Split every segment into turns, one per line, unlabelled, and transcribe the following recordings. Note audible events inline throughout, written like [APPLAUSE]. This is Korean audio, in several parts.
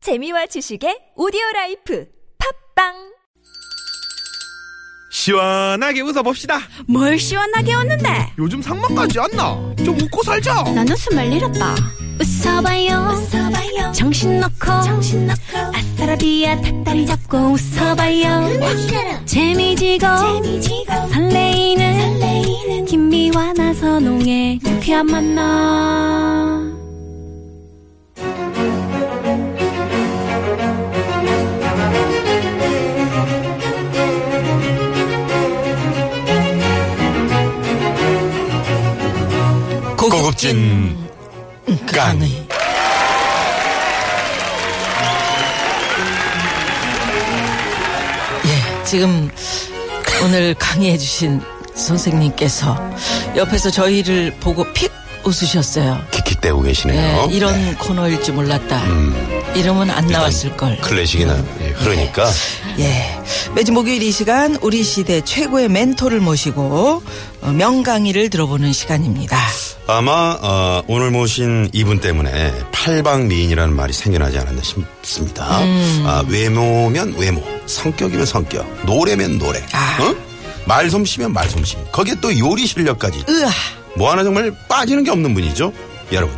재미와 지식의 오디오 라이프 팝빵
시원하게 웃어봅시다.
뭘 시원하게 웃는데
요즘 상만까지 안 나. 좀 웃고 살자.
난 웃음을 잃었다 웃어봐요, 웃어봐요. 정신 놓고 아싸라비아 닭다리 잡고 웃어봐요 재미지고, 설레이는, 김미와 나서 농에 유쾌한 만남
고급진 깐의
예, 지금 오늘 강의해 주신 선생님께서 옆에서 저희를 보고 픽 웃으셨어요.
킥킥 대고 계시네요.
예, 이런
네. 음.
코너일 줄 몰랐다. 이러면 안 나왔을 걸.
클래식이나 예, 그러니까
예. 매주 목요일 이 시간 우리 시대 최고의 멘토를 모시고 어, 명강의를 들어보는 시간입니다.
아마 어, 오늘 모신 이분 때문에 팔방미인이라는 말이 생겨나지 않았나 싶습니다. 아, 외모면 외모, 성격이면 성격, 노래면 노래,
아.
어? 말솜씨면 말솜씨. 거기에 또 요리 실력까지.
으아.
뭐 하나 정말 빠지는 게 없는 분이죠. 여러분,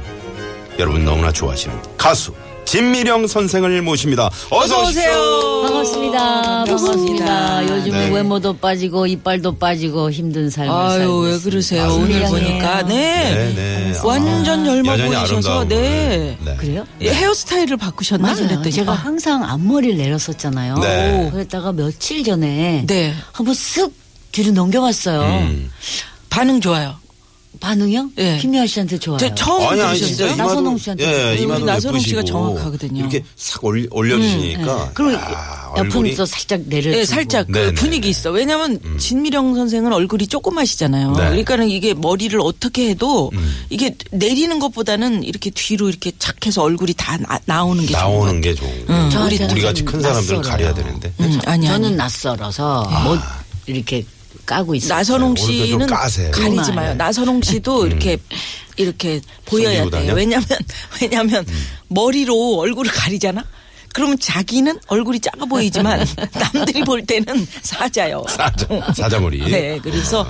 여러분 너무나 좋아하시는 가수 진미령 선생을 모십니다. 어서 오십시오.
반갑습니다. 반갑습니다. 요즘은
네.
외모도 빠지고 이빨도 빠지고 힘든 삶을
아유,
살고
왜
있습니다.
그러세요? 오늘
맞습니다.
보니까
네,
네.
네.
완전
아,
젊어
여전히
보이셔서
아름다운
네.
분을. 네.
그래요?
예, 헤어스타일을 바꾸셨나
네, 맞아요.
그랬더니
제가
아,
항상 앞머리를 내렸었잖아요.
네.
그랬다가 며칠 전에
네.
한번 쓱 뒤로 넘겨봤어요.
음.
반응 좋아요.
반응이요?
예.
김미아 씨한테 좋아요.
저 처음 들으셨어요?
진짜 이마도-
나선홍 씨한테
예,
우리
이마도
나선홍 씨가
예쁘시고
정확하거든요. 음,
이렇게 싹 올려, 올려주시니까.
그리고
야,
옆으로
얼굴이
또 살짝 내려.
예, 살짝 그
네네. 음.
분위기 있어. 왜냐면 진미령 선생은 얼굴이 조그마시잖아요.
네. 음.
그러니까는 이게 머리를 어떻게 해도 이게 내리는 것보다는 이렇게 뒤로 이렇게 착해서 얼굴이 다 나, 오는게 좋은
나오는
것
게 좋은.
음.
거. 우리
저한테는
우리 같이 큰 사람들은
낯설어요.
가려야 되는데.
같아요. 음, 아니 아니.
저는 낯설어서 못 이렇게 까고 있어요.
나선홍
네, 오늘도 좀
씨는
까세요. 음.
가리지
음,
마요.
네.
나선홍 씨도 이렇게 이렇게 보여야
숨기고
돼요.
다녀?
왜냐면 [LAUGHS] 왜냐면
음.
머리로 얼굴을 가리잖아. 그러면 자기는 얼굴이 작아 보이지만
[LAUGHS]
남들이 볼 때는 사자요. 음.
사자, 사자머리.
네, 그래서
어,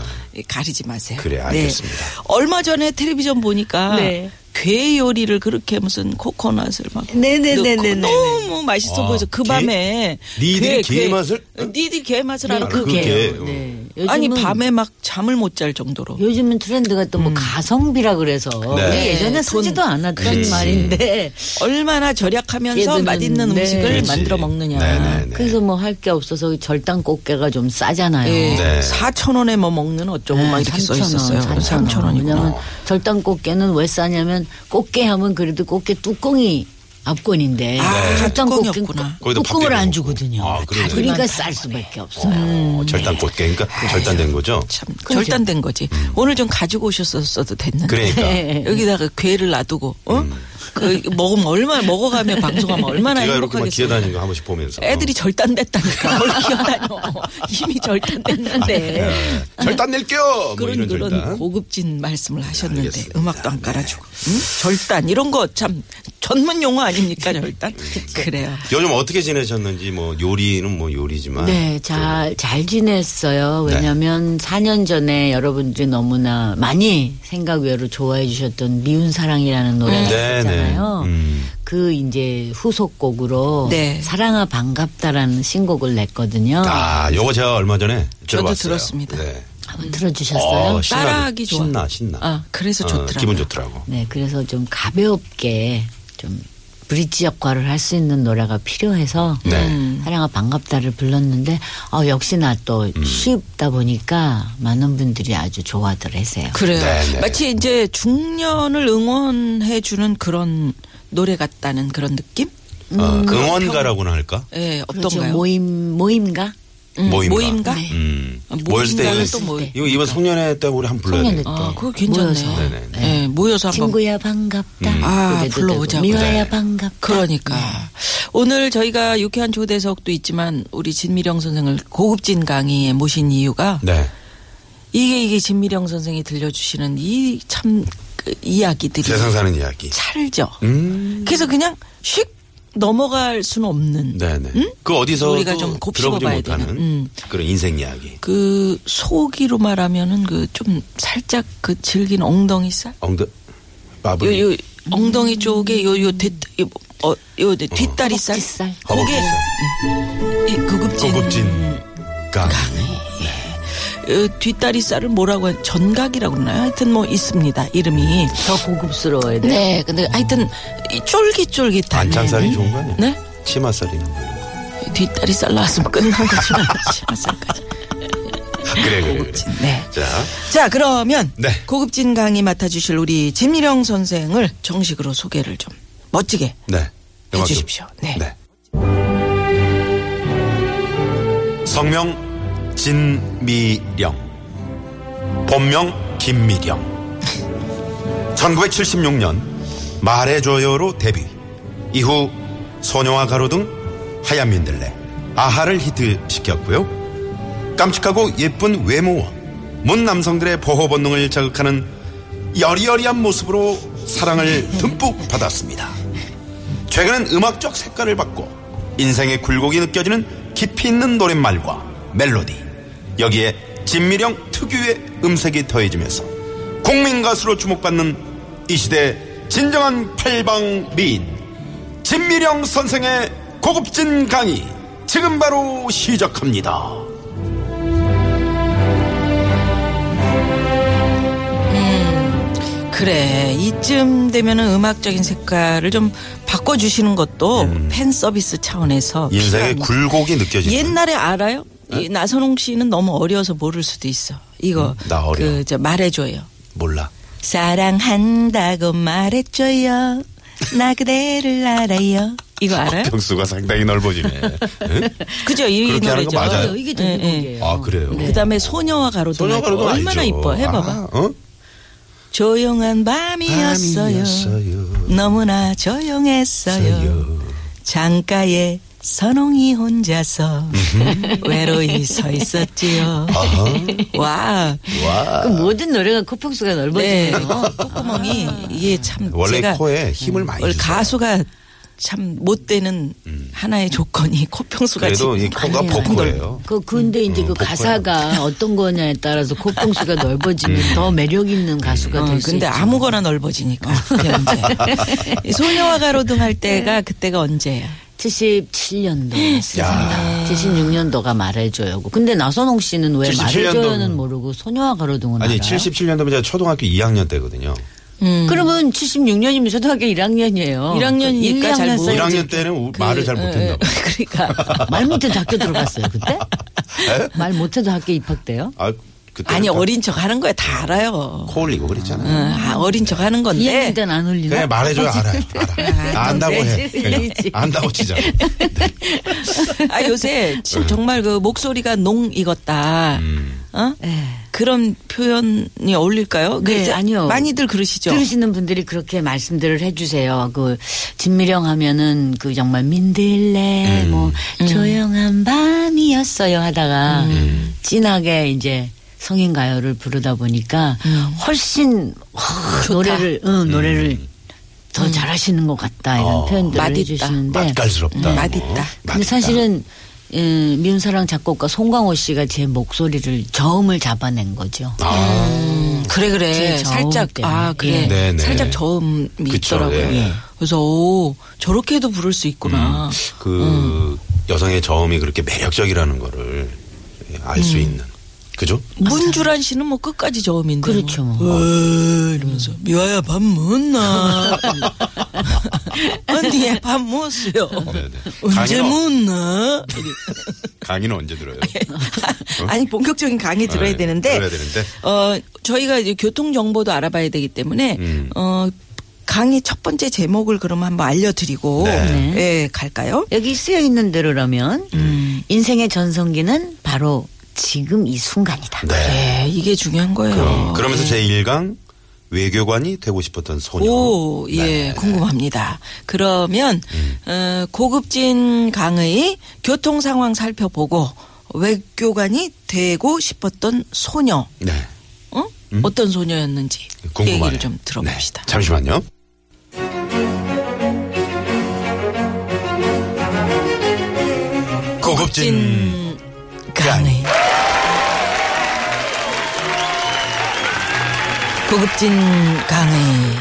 가리지 마세요.
그래,
네.
알겠습니다.
얼마 전에 텔레비전 보니까
네.
괴 요리를 그렇게 무슨 코코넛을 막
네네네네네.
넣고 너무 맛있어
아,
보여서 그
게?
밤에
니들이 게 맛을? 네,
니들이 게 맛을 알아.
그게-
그게
그게- 어.
네.
아니
요즘은 예.
밤에 막 잠을 못 잘 정도로.
요즘은 트렌드가 또
음.
뭐 가성비라 그래서
네.
우리 예전에
돈.
쓰지도 않았던 말인데
얼마나 절약하면서
얘들은-
맛있는
네.
음식을
그렇지.
만들어 먹느냐.
네네네.
그래서 뭐 할 게 없어서 절단 꽃게가 좀 싸잖아요.
예.
네.
4천 원에 뭐 먹는 어쩌고 막 이렇게 써 있었어요.
3천
3천
원.
원이구나.
네, 왜냐면 절단 꽃게는 왜 싸냐면 꽃게 하면 그래도 꽃게 뚜껑이 앞권인데
아, 네.
절단
뚜껑이
꽃게는
없구나.
거기다 밥
뚜껑을
비벼
안
먹고.
주거든요.
아, 그러네.
그러니까 쌀 수밖에 없어요.
어, 절단 꽃게. 그러니까 절단된 거죠.
음. 참
그러죠.
절단된 거지. 오늘 좀 가지고 오셨어도 됐는데.
음.
[LAUGHS]
그러니까.
여기다가 괴를 놔두고 어? 그 먹으면 얼마나 먹어가며 방송하면 얼마나
제가 이렇게 막
행복하겠어요.
[LAUGHS] 기어다니는 거 한 번씩 보면서.
애들이 절단됐다니까 [LAUGHS] 뭘 기어다녀. 이미 절단됐는데.
네. 절단 낼게요! 뭐
예. 그런
이런
그런
절단. 네,
고급진 말씀을 하셨는데
알겠습니다. 네.
음악도 안 깔아주고 응? 절단 이런 거 참 전문 용어 아닙니까
[LAUGHS]
절단 그래요
요즘 어떻게 지내셨는지 뭐 요리는 뭐 요리지만.
네, 잘, 잘 지냈어요.
네.
왜냐면 4년 전에 여러분들이 너무나 많이 생각 외로 좋아해 주셨던 미운 사랑이라는 노래가
네,
있었잖아요.
네. 음.
그 이제 후속곡으로
네.
사랑아 반갑다라는 신곡을 냈거든요.
아, 요거 제가 얼마 전에
어. 저도
들어봤어요.
들었습니다.
네.
한번 들어주셨어요?
어, 신나,
따라하기 좋아.
신나, 신나.
아, 그래서 좋더라고요.
어, 기분 좋더라고.
네, 그래서 좀 가볍게 좀 브릿지 역할을 할 수 있는 노래가 필요해서
네.
음.
사랑아 반갑다를 불렀는데 어, 역시나 또
음.
쉽다 보니까 많은 분들이 아주 좋아들 하세요.
그래요
네, 네.
마치 이제 중년을 응원해 주는 그런 노래 같다는 그런 느낌
어,
음.
응원가라고나 할까?
예
그렇죠.
어떤가요
모임 모임가?
음,
모임가.
모임가?
네.
음.
아,
모였을 때
모임가는
이거-
또 그러니까. 모임.
이거 이번 송년회 때 우리 한번 불러야
송년회
돼.
때.
아 그거 괜찮네요
모여서.
예
네네.
모여서 한번
친구야 반갑다.
음.
아,
노래도 되고,
불러보자고.
미화야
네.
반갑다.
그러니까 오늘 저희가 유쾌한 초대석도 있지만 우리 진미령 선생을 고급진 강의에 모신 이유가
네.
이게 이게 진미령 선생이 들려주시는 이 참 이야기들이
세상 사는 이야기.
찰죠.
음.
그래서 그냥 슉 넘어갈 수는 없는
네네. 그 어디서
음? 우리가 좀 곱씹어
들어보지
봐야
못하는
되는, 음.
그런 인생 이야기.
그 소기로 말하면은 그 좀 살짝 그 질긴 엉덩이 살.
엉덩 마블.
요 요 엉덩이 쪽에 요 요 뒷 요 어, 요 어, 뒷다리 살.
살.
아,
그게
어,
이 구급진.
고급진
음.
강.
어, 뒷다리 살을 뭐라고 하- 전각이라고 그러나요? 하여튼 뭐 있습니다. 이름이.
더 고급스러워야 돼.
네. 근데 하여튼 이 쫄깃쫄깃한
안창살이 좋은 거 아니야?
네?
치마살이나 뭐 이런 거.
뒷다리 살 나왔으면 끝난 거지만 치마살까지.
아, 그래 그래 그래.
네.
자
자, 그러면
네.
고급진 강의 맡아주실 우리 재미령 선생을 정식으로 소개를 좀 멋지게
네. 음악 좀.
해주십시오. 네.
성명 진미령. 본명 김미령. [LAUGHS] 1976년 말해줘요로 데뷔. 이후 소녀와 가로 등 하얀 민들레, 아하를 히트시켰고요. 깜찍하고 예쁜 외모와 문 남성들의 보호 본능을 자극하는 여리여리한 모습으로 사랑을 듬뿍 받았습니다. 최근엔 음악적 색깔을 받고 인생의 굴곡이 느껴지는 깊이 있는 노랫말과 멜로디 여기에 진미령 특유의 음색이 더해지면서 국민 가수로 주목받는 이 시대 진정한 팔방 미인 진미령 선생의 고급진 강의 지금 바로 시작합니다.
그래 이쯤 되면은 음악적인 색깔을 좀 바꿔주시는 것도 팬 서비스 차원에서
음. 인생의
필요합니다.
굴곡이 느껴지는
옛날에 알아요? 이 나선홍 씨는 너무 어려서 모를 수도 있어. 이거
음, 나 어려.
그, 저 말해줘요.
몰라.
사랑한다고 말해줘요. 나 그대를 알아요. 이거 알아요?
평수가 상당히 넓어지네. 응?
그죠? 이
그렇게 하는 거
노래죠.
맞아요?
이게
예, 예.
전국이에요.
아 그래요.
그다음에 소녀와 가로등
소녀 가로등
얼마나
알죠.
이뻐 해봐봐
아, 어?
조용한 밤이었어요.
밤이었어요. 음.
너무나 조용했어요
있어요.
장가에 선홍이 혼자서 외로이 서 있었지요
음. 아하.
와
와.
그 모든 노래가 코평수가
네.
넓어지네요.
콧구멍이 이게 참
원래
제가
코에 힘을 아, 많이
원래
주세요.
가수가 참 못 되는 하나의 조건이 [LAUGHS] 코평수가
음. 그래도 이 코가
아니에요.
복코예요.
그 근데 이제
음,
그
복권.
가사가 어떤 거냐에 따라서 콧봉수가
[LAUGHS]
넓어지면
음.
더 매력 있는 가수가
어,
될 수 있죠.
근데 아무거나 넓어지니까 그게
[LAUGHS]
문제예요. 이 소녀와 가로등 할
네.
때가 그때가 언제예요?
77년도 세상에. 76년도가 말해줘요고. 근데 나선홍 씨는 왜
77 년도.
말해줘요는 모르고 소녀와 가로등은
아니,
알아요?
77년도면 제가 초등학교 2학년 때거든요. 음.
음.
그러면 76년이면 초등학교 1학년이에요.
네, 일학년이니까 잘 모르- 일
1학년 때는 우-
그,
말을 잘
네. 어,
못했나 봐. [LAUGHS]
그러니까 말 못해도 학교 들어갔어요 그때?
에?
말 못해도 학교 입학돼요?
아, 그때
아니 어린 척 하는 거야 다 알아요.
코 올리고 그랬잖아요.
응, 아, 어린 척 하는
이
건데
학년 때는 안 올리나?
네. 그냥 말해줘요, 알아요. 알아. 안다고 해. 그냥
되지.
안다고 치자.
[LAUGHS] 네. 아 요새
네.
진- 정말 그 목소리가 농 익었다.
음.
어? 그런 표현이 어울릴까요? 그
네,
이제
아니요.
많이들 그러시죠.
들으시는 분들이 그렇게 말씀들을 해주세요. 그 진미령 하면은 그 정말 민들레
음.
뭐 조용한 밤이었어요 하다가
음.
진하게 이제 성인 가요를 부르다 보니까 훨씬 아, 노래를 응, 노래를 더 잘하시는 것 같다 이런
음. 어,
표현들을
맛있다.
해주시는데
맛깔스럽다.
음,
뭐.
맛있다. 근데
근데
맛있다.
사실은 음, 미운 사랑 작곡가 송강호 씨가 제 목소리를 저음을 잡아낸 거죠.
음, 그래 그래
제 저음
살짝 아
때문에.
그래
예.
네네.
살짝 저음이
그쵸,
있더라고요.
예.
그래서 오 저렇게도 부를 수
음.
있구나. 음.
그 여성의 저음이 그렇게 매력적이라는 거를 알
음.
수 있는. 그죠?
문주란 씨는 뭐 끝까지 저음인데.
아, 그렇죠.
뭐. 어, 이러면서 미화야 밥
[LAUGHS]
먹나? 언니야 밥 먹었어요. [LAUGHS]
네네.
언제
강인호. 어?
먹나? 이래.
강의는 언제 들어요?
[LAUGHS] 아니 본격적인 강의 [LAUGHS] 들어야
네,
되는데.
들어야 되는데.
어 저희가 이제 교통 정보도 알아봐야 되기 때문에
음.
어 강의 첫 번째 제목을 그럼 한번 알려드리고
네.
예 갈까요?
여기 쓰여 있는 대로라면
음.
인생의 전성기는 바로 지금 이 순간이다.
네.
예 이게 중요한 거예요.
음, 그럼, 그러면서
예.
제1강 외교관이 되고 싶었던 소녀.
오, 예,
네. 음.
궁금합니다. 그러면 어, 고급진 강의 교통 상황 살펴보고 외교관이 되고 싶었던 소녀,
네.
어? 어떤 소녀였는지
음? 궁금하네요.
얘기를 좀 들어봅시다.
네. 잠시만요. 고급진
고급진 강의. 고급진 강의.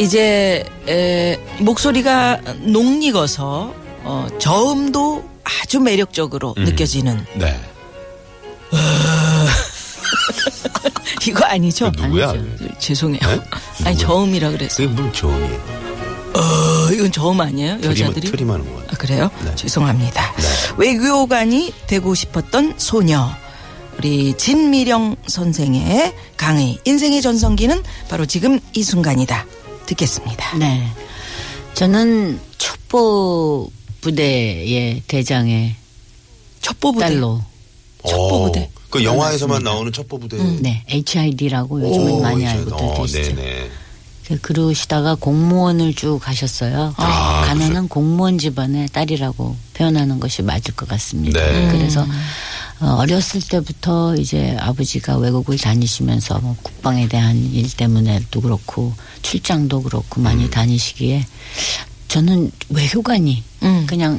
이제 에, 목소리가 녹익어서 어, 저음도 아주 매력적으로
음.
느껴지는
네.
이거 아니죠?
그 누구야?
죄송해요.
네? 누구야? 그
아니 저음이라 그랬어.
그게 뭘 저음이에요?
어, 이건 저음 아니에요?
트림,
여자들이?
트림하는 거
아,
같아요.
그래요?
네.
죄송합니다.
네.
외교관이 되고 싶었던 소녀. 우리 진미령 선생의 강의 인생의 전성기는 바로 지금 이 순간이다. 듣겠습니다.
네. 저는 첩보 부대의 대장의
첩보부대.
딸로
첩보부대. 음,
오, 그 영화에서만 나오는 첩보부대.
네 HID라고 요즘은
오,
많이
이제,
알고들
어,
계시죠.
네네.
그- 그러시다가 공무원을 쭉 하셨어요.
아,
가난한 공무원 집안의 딸이라고 표현하는 것이 맞을 것 같습니다.
네.
그래서 어, 어렸을 때부터 이제 아버지가 외국을 다니시면서 뭐 국방에 대한 일 때문에도 그렇고 출장도 그렇고 많이
음.
다니시기에 저는 외교관이
음,
그냥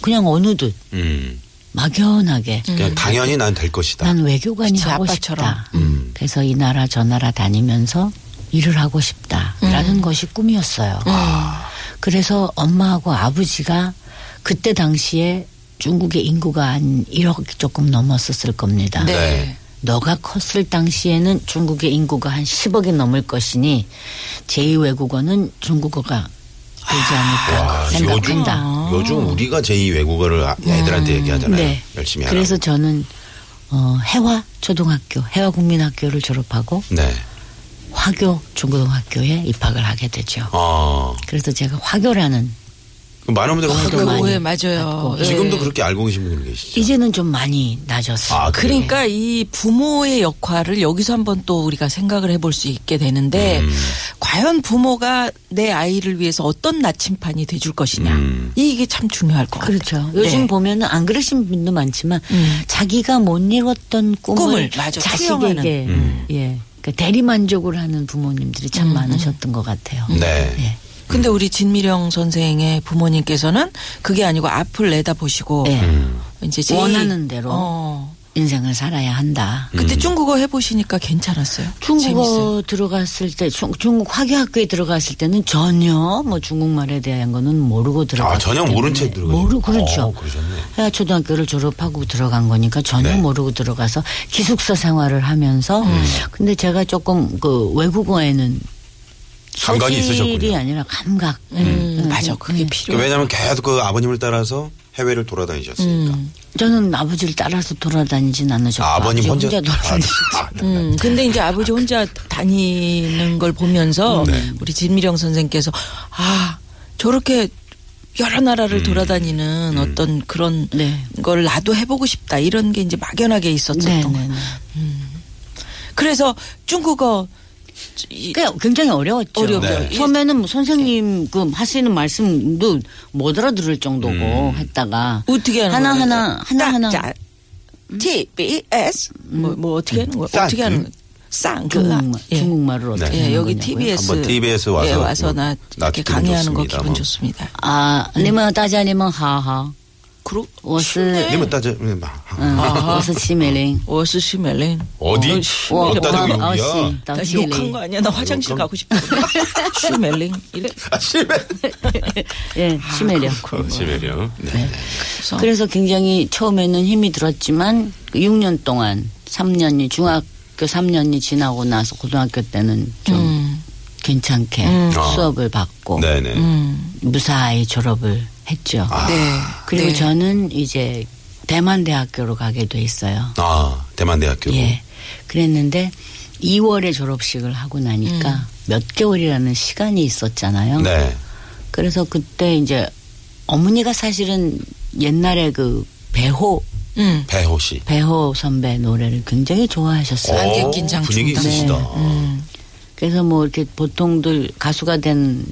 그냥 어느 듯
음.
막연하게
음.
그냥 당연히 난 될 것이다.
난 외교관이
그치,
하고
아빠처럼.
싶다.
음.
그래서 이 나라 저 나라 다니면서 일을 하고 싶다라는 것이 꿈이었어요. 그래서 엄마하고 아버지가 그때 당시에 중국의 인구가 한 1억 조금 넘었었을 겁니다.
네.
네.
너가 컸을 당시에는 중국의 인구가 한 10억이 넘을 것이니 제2외국어는 중국어가 되지 않을까
와, 아, 요즘
생각한다. 음.
요즘 우리가 제2 외국어를 아- 애들한테 얘기하잖아요.
네.
열심히 하라고.
그래서 저는 어, 해화 초등학교, 해화 국민학교를 졸업하고
네.
화교 중고등학교에 입학을 하게 되죠.
아.
그래서 제가 화교라는
그 많은 분들이
아, 그거
학교
예,
많이
맞아요. 예.
지금도 그렇게 알고 계신 분들 계시죠.
이제는 좀 많이 낮았어요.
아, 그래요?
그러니까 이 부모의 역할을 여기서 한번 또 우리가 생각을 해볼 수 있게 되는데
음.
과연 부모가 내 아이를 위해서 어떤 나침판이 돼줄 것이냐
음.
이게 참 중요할 것 같아요.
그렇죠. 요즘
네.
보면은 안 그러신 분도 많지만
음.
자기가 못 이뤘던 꿈을,
꿈을, 맞아.
자식에게 예.
음.
그러니까 대리만족을 하는 부모님들이 참 많으셨던 것 같아요.
네.
예.
근데 우리 진미령 선생의 부모님께서는 그게 아니고 앞을 내다보시고 음.
예.
이제 제일-
원하는 대로.
어.
인생을 살아야 한다.
음.
그때 중국어 해보시니까 괜찮았어요.
중국어
재밌어요.
들어갔을 때 중, 중국 화교학교에 들어갔을 때는 전혀 뭐 중국말에 대한 거는 모르고 들어갔기
아, 전혀 모른
때문에
채 들어가요.
모르 그렇죠.
어, 그러셨네.
해야 초등학교를 졸업하고 들어간 거니까 전혀
네. 음.
모르고 들어가서 기숙사 생활을 하면서 근데 제가 조금 그 외국어에는
감각이
소질이
있으셨군요.
아니라 감각. 예.
음, 맞아. 그게
그
필요.
왜냐면 계속 그 아버님을 따라서 해외를 돌아다니셨으니까.
음, 저는 아버지를 따라서 돌아다니진 않으셨고
아, 아버님
아버지
혼자,
돌아다니.
아, 네.
음, 근데 이제 아버지 혼자 다니는 걸
음.
보면서
네.
우리 진미령 선생께서 아 저렇게 여러 나라를
음.
돌아다니는 어떤 그런
네.
걸 나도 해보고 싶다 이런 게 이제 막연하게 있었던
네,
거예요.
네, 네.
그래서 중국어 이-
꽤 굉장히 어려웠죠.
어렵죠. 예.
네.
처음에는 뭐 선생님 그 하시는 말씀도 못 알아들을 정도고
음.
했다가
어떻게 하는
하나
거예요?
하나 하나 하나 음.
자, T B S 뭐, 뭐 어떻게 하는 거야?
쌍,
어떻게 하는
음.
거야? 쌍그 아,
중국말, 중국말을
네.
어떻게
예,
하는
여기
거냐고요?
TBS
한번 TBS 와서 뭐
예, 와서 나
나
이렇게
기분
강의하는 거
좋습니다.
기분
뭐.
좋습니다.
아, 你们 다자 你们하하
그룹
我是
님은 따져, 음, 막.
我是七美玲
워스 시멜린
어디?
어,
어디다
어,
대고
어,
욕이야?
씨, 나
나
지혜리.
욕한 거 아니야? 나 화장실
욕한-
가고 싶어.
[LAUGHS]
슈멜링 이렇게
아, 시베.
예,
아，
시메령.
시베리요. 네.
해서
그래서 굉장히 처음에는 힘이 들었지만 6년 동안 3년이 중학교 3년이 지나고 나서 고등학교 때는 좀
음.
괜찮게 수업을 받고
어. 네네.
무사히 졸업을 했죠.
아.
네.
음. 그리고
네.
저는 이제 대만 대학교로 가게 돼 있어요.
아, 대만대학교.
예. 그랬는데 2월에 졸업식을 하고 나니까 몇 개월이라는 시간이 있었잖아요.
음. 네.
그래서 그때 이제 어머니가 사실은 옛날에 그 배호
음.
배호 씨.
배호 선배 노래를 굉장히 좋아하셨어요.
오. 안경 긴장
분위기
중단.
있으시다.
네. 음. 그래서 뭐 이렇게 보통들 가수가 된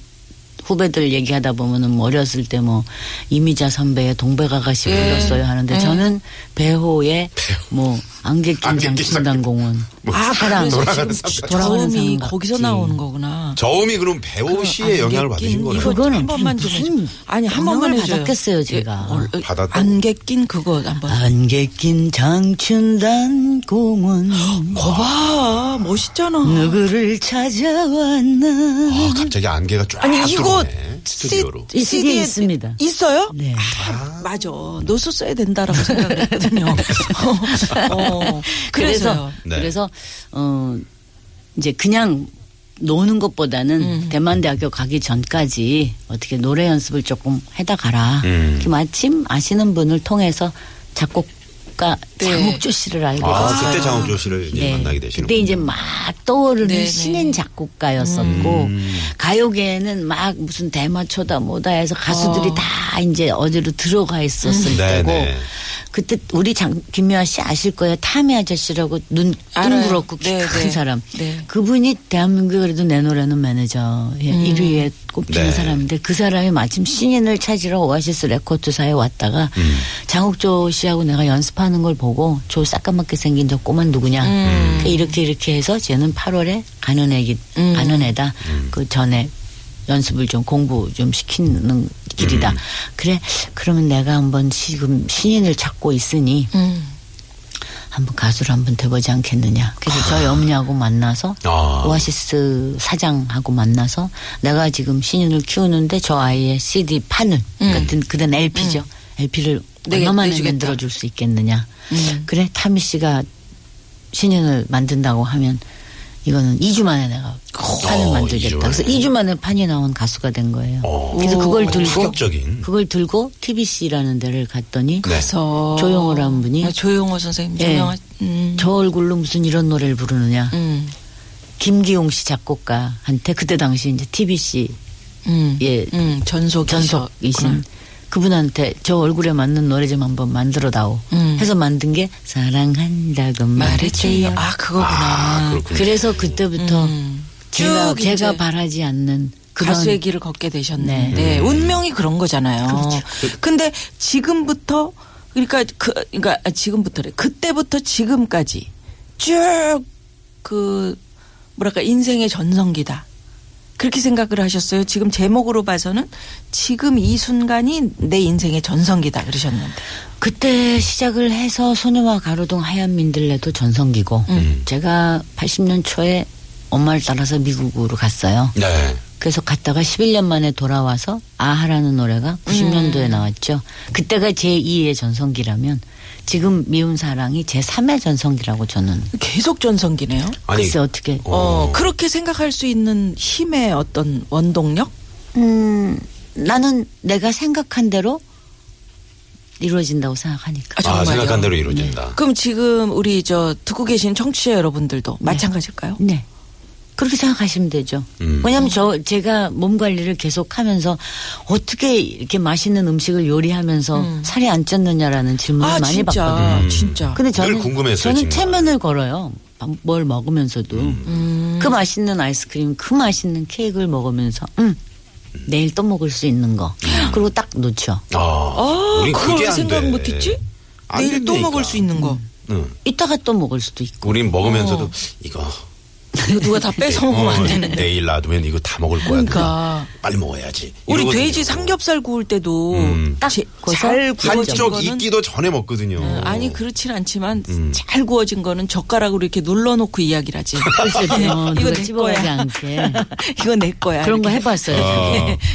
후배들 얘기하다 보면은 뭐 어렸을 때 뭐 이미자 선배의 동백아가씨
예.
예.
불렀어요 하는데 저는 배호의 뭐 안개
안개
긴장
낀
진단공원
뭐
아, 그래서
돌아가는
지금
삼각.
돌아가는
저음이
삼각지.
거기서 나오는 거구나.
저음이 그럼 배우 씨의
아,
안개
영향을
낀
받으신 거네요.
이거
그거는
한 번만 좀
무슨-
해줘. 아니 한 번만
영향을
해줘요.
받았겠어요, 제가. 아,
예, 어, 어,
받았다고?
안개 낀 그거 한번.
안개 낀 장춘단 공원
거봐 멋있잖아.
누구를 찾아왔나
아, 갑자기 안개가 쫙
아니 이거
들어오네. 스튜디오로.
이 CD 에 있습니다.
있어요?
네.
아, 맞아. 노스 써야 된다라고 생각을
[LAUGHS]
했거든요. 어, 어,
그래서
그래서요.
네.
그래서 어 이제 그냥 노는 것보다는 대만대학교 가기 전까지 어떻게 노래 연습을 조금 해다 가라.
음.
이렇게 마침 아시는 분을 통해서 작곡가
네.
장옥조 씨를 알고
아,
있었어요.
그때 장욱조 씨를 이제
네.
만나게 되시는
그때 이제 막 떠오르는
네네.
신인 작곡가였었고
음.
가요계에는 막 무슨 대마초다 뭐다 해서
어.
가수들이 다 이제 어디로 들어가 있었을
음.
때고
네네.
그때 우리 장 김미아 씨 아실 거예요 타미 아저씨라고 눈
알아요.
둥그렇고 키
네,
큰
네.
사람
네.
그분이 대한민국 그래도 내 노래는 매니저 예, 1위에 꼽힌
네.
사람인데 그 사람이 마침 신인을 찾으러 오아시스 레코드사에 왔다가 장욱조 씨하고 내가 연습하는 걸 보고 저 싸까맣게 생긴 저 꼬만 누구냐 그러니까 이렇게 이렇게 해서 쟤는 8월에 가는 애기 아는 애다 그 전에 연습을 좀 공부 좀 시키는 길이다 그래 그러면 내가 한번 지금 신인을 찾고 있으니
음.
한번 가수를 한번 돼보지 않겠느냐. 그래서 저희 어머니하고 만나서
아.
오아시스 사장하고 만나서 내가 지금 신인을 키우는데 저 아이의 CD 판을 같은 그런 LP죠. LP를
네,
얼마만에
내주겠다.
만들어줄 수 있겠느냐.
음.
네.
그래 타미 씨가 신인을 만든다고 하면 이거는 2주 만에 내가 판을
어,
만들겠다.
이주
그래서
만에.
2주 만에 판이 나온 가수가 된 거예요.
어.
그래서 그걸
아주
들고
충격적인.
그걸 들고 TBC라는 데를 갔더니
네.
그래서
조용호라는 분이?
아, 조용호 선생님
예.
유명한. 음.
저 얼굴로 무슨 이런 노래를 부르느냐.
음.
김기용 씨 작곡가한테 그때 당시 이제 TBC
음.
예
음. 전속
전속이신 그분한테 저 얼굴에 맞는 노래 좀 한번 만들어다오
음.
해서 만든 게 사랑한다고 말했지요.
말했지요. 아 그거구나.
아, 그렇군요.
그래서 그때부터
음.
제가,
쭉 이제
제가 바라지 않는 그런
가수의 길을 걷게 되셨는데
네.
운명이 그런 거잖아요. 근데 지금부터 그러니까 그 그러니까 아, 지금부터래. 그때부터 지금까지 쭉 그 뭐랄까 인생의 전성기다. 그렇게 생각을 하셨어요. 지금 제목으로 봐서는 지금 이 순간이 내 인생의 전성기다 그러셨는데.
그때 시작을 해서 소녀와 가로등 하얀 민들레도 전성기고
음.
제가 80년 초에 엄마를 따라서 미국으로 갔어요.
네.
그래서 갔다가 11년 만에 돌아와서 아하라는 노래가 90년도에 나왔죠. 그때가 제2의 전성기라면 지금 미운 사랑이 제3의 전성기라고 저는
계속 전성기네요.
아니.
글쎄 어떻게
어.
어, 그렇게 생각할 수 있는 힘의 어떤 원동력?
음 나는 내가 생각한 대로 이루어진다고 생각하니까.
아,
아,
정말요? 네.
생각한 대로 이루어진다.
그럼 지금 우리 저 듣고 계신 청취자 여러분들도 마찬가지일까요?
네. 그렇게 생각하시면 되죠.
음.
왜냐하면 저 제가 몸 관리를 계속하면서 어떻게 이렇게 맛있는 음식을 요리하면서 살이 안 쪘느냐라는 질문을
아
많이
진짜
받거든요.
진짜.
근데
늘
저는
궁금했어요, 음. 지금.
저는 체면을 걸어요. 밥- 뭘 먹으면서도
음.
그 맛있는 아이스크림, 그 맛있는 케이크를 먹으면서 음, 내일 또 먹을 수 있는 거.
음.
그리고 딱 놓죠.
아,
아
우린
그걸
그게
왜
안
생각
돼.
못했지?
안
내일 또
된다니까.
먹을 수 있는 거.
음.
응.
이따가 또 먹을 수도 있고.
우린 먹으면서도 이거
이거 누가 다 뺏어 먹으면 안
어,
되는데.
내일 놔두면 이거 다 먹을 거야.
그러니까.
누가. 빨리 먹어야지.
우리
이러거든요.
돼지 삼겹살 구울 때도
음.
딱
제-
구워서
잘 구워진
한쪽
거는
익기도 음. 전에 먹거든요.
어, 아니 그렇진 않지만 잘 구워진 거는 젓가락으로 이렇게 눌러놓고 [LAUGHS]
[LAUGHS]
이야기라지.
그래서
이거
이거
내 거야.
집어가지
[LAUGHS]
않게
이거 내 거야.
그런 거
이렇게.
해봤어요.
어.
[LAUGHS]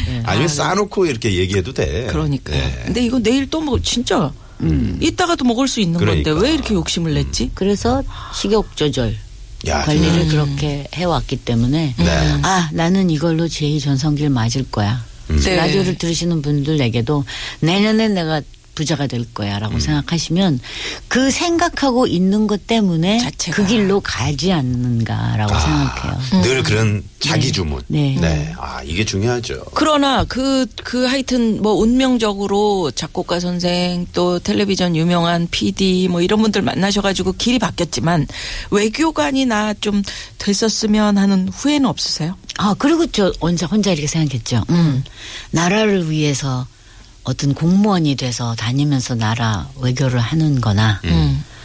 저는.
아니면 싸놓고 이렇게 얘기해도 돼.
그러니까.
네.
근데 이거 내일 또 먹을 진짜.
음.
이따가도 먹을 수 있는 건데
그러니까.
왜 이렇게 욕심을 냈지?
그래서 식욕 조절
야,
관리를 그렇게 해왔기
음.
때문에
네.
아 나는 이걸로 제2 전성기를 맞을 거야.
네.
라디오를 들으시는 분들에게도 내년에 내가 부자가 될 거야라고 생각하시면 그 생각하고 있는 것 때문에
자체가.
그 길로 가지 않는가라고
아,
생각해요.
늘 그런 자기 주문.
네.
아, 이게 중요하죠.
그러나 그 그 하여튼 뭐 운명적으로 작곡가 선생 또 텔레비전 유명한 PD 뭐 이런 분들 만나셔가지고 길이 바뀌었지만 외교관이나 좀 됐었으면 하는 후회는 없으세요?
아 그리고 저 혼자 혼자 이렇게 생각했죠. 음, 나라를 위해서 어떤 공무원이 돼서 다니면서 나라 외교를 하는거나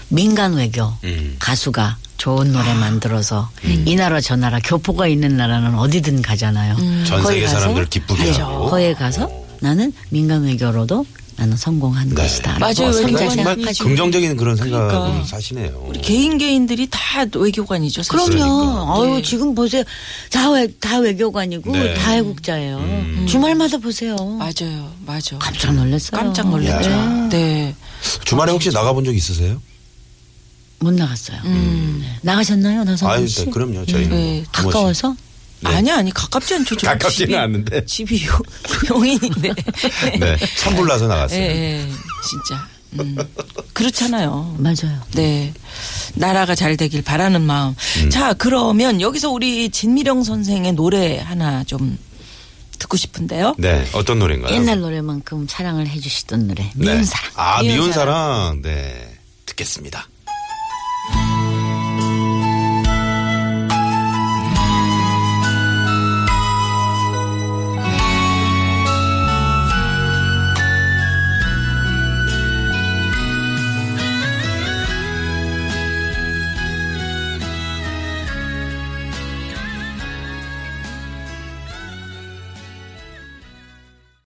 민간 외교
음. 아.
가수가 좋은 노래 만들어서 이 나라 저 나라 교포가 있는 나라는 어디든 가잖아요.
음. 전
거기
세계
가서
사람들 기쁘게
그죠.
하고. 어.
거기에 가서 나는 민간 외교로도 나는 성공한
네.
것이다.
맞아요.
성장
외교관이
그러니까 정말
생각하지.
긍정적인 그런 생각으로
그러니까.
사시네요.
우리 개인 개인들이 다 외교관이죠. 사실.
그럼요.
그러니까.
아유
네.
지금 보세요. 다, 외, 다 외교관이고
네. 음.
다 애국자예요. 주말마다 보세요.
맞아요, 맞아.
깜짝 놀랐어요.
깜짝 놀랐죠.
야.
네.
주말에 혹시 나가본 적 있으세요?
못 나갔어요. 네.
음.
나가셨나요, 나선
아유,
씨?
네, 그럼요. 저희는
네,
뭐 두 번씩.
가까워서?
네.
아니 아니 가깝지 않죠. 저희
가깝지는
집이-
않는데.
집이 요, [LAUGHS] 용인인데.
네, 산불 나서
예,
나갔어요.
네.
예, 진짜. 음. 그렇잖아요.
맞아요.
네. 나라가 잘 되길 바라는 마음. 자, 그러면 여기서 우리 진미령 선생의 노래 하나 좀 듣고 싶은데요.
네, 어떤 노래인가요?
옛날 노래만큼 사랑을 해주시던 노래.
네.
미운 사랑.
아, 미운
미운
사랑. 네, 듣겠습니다.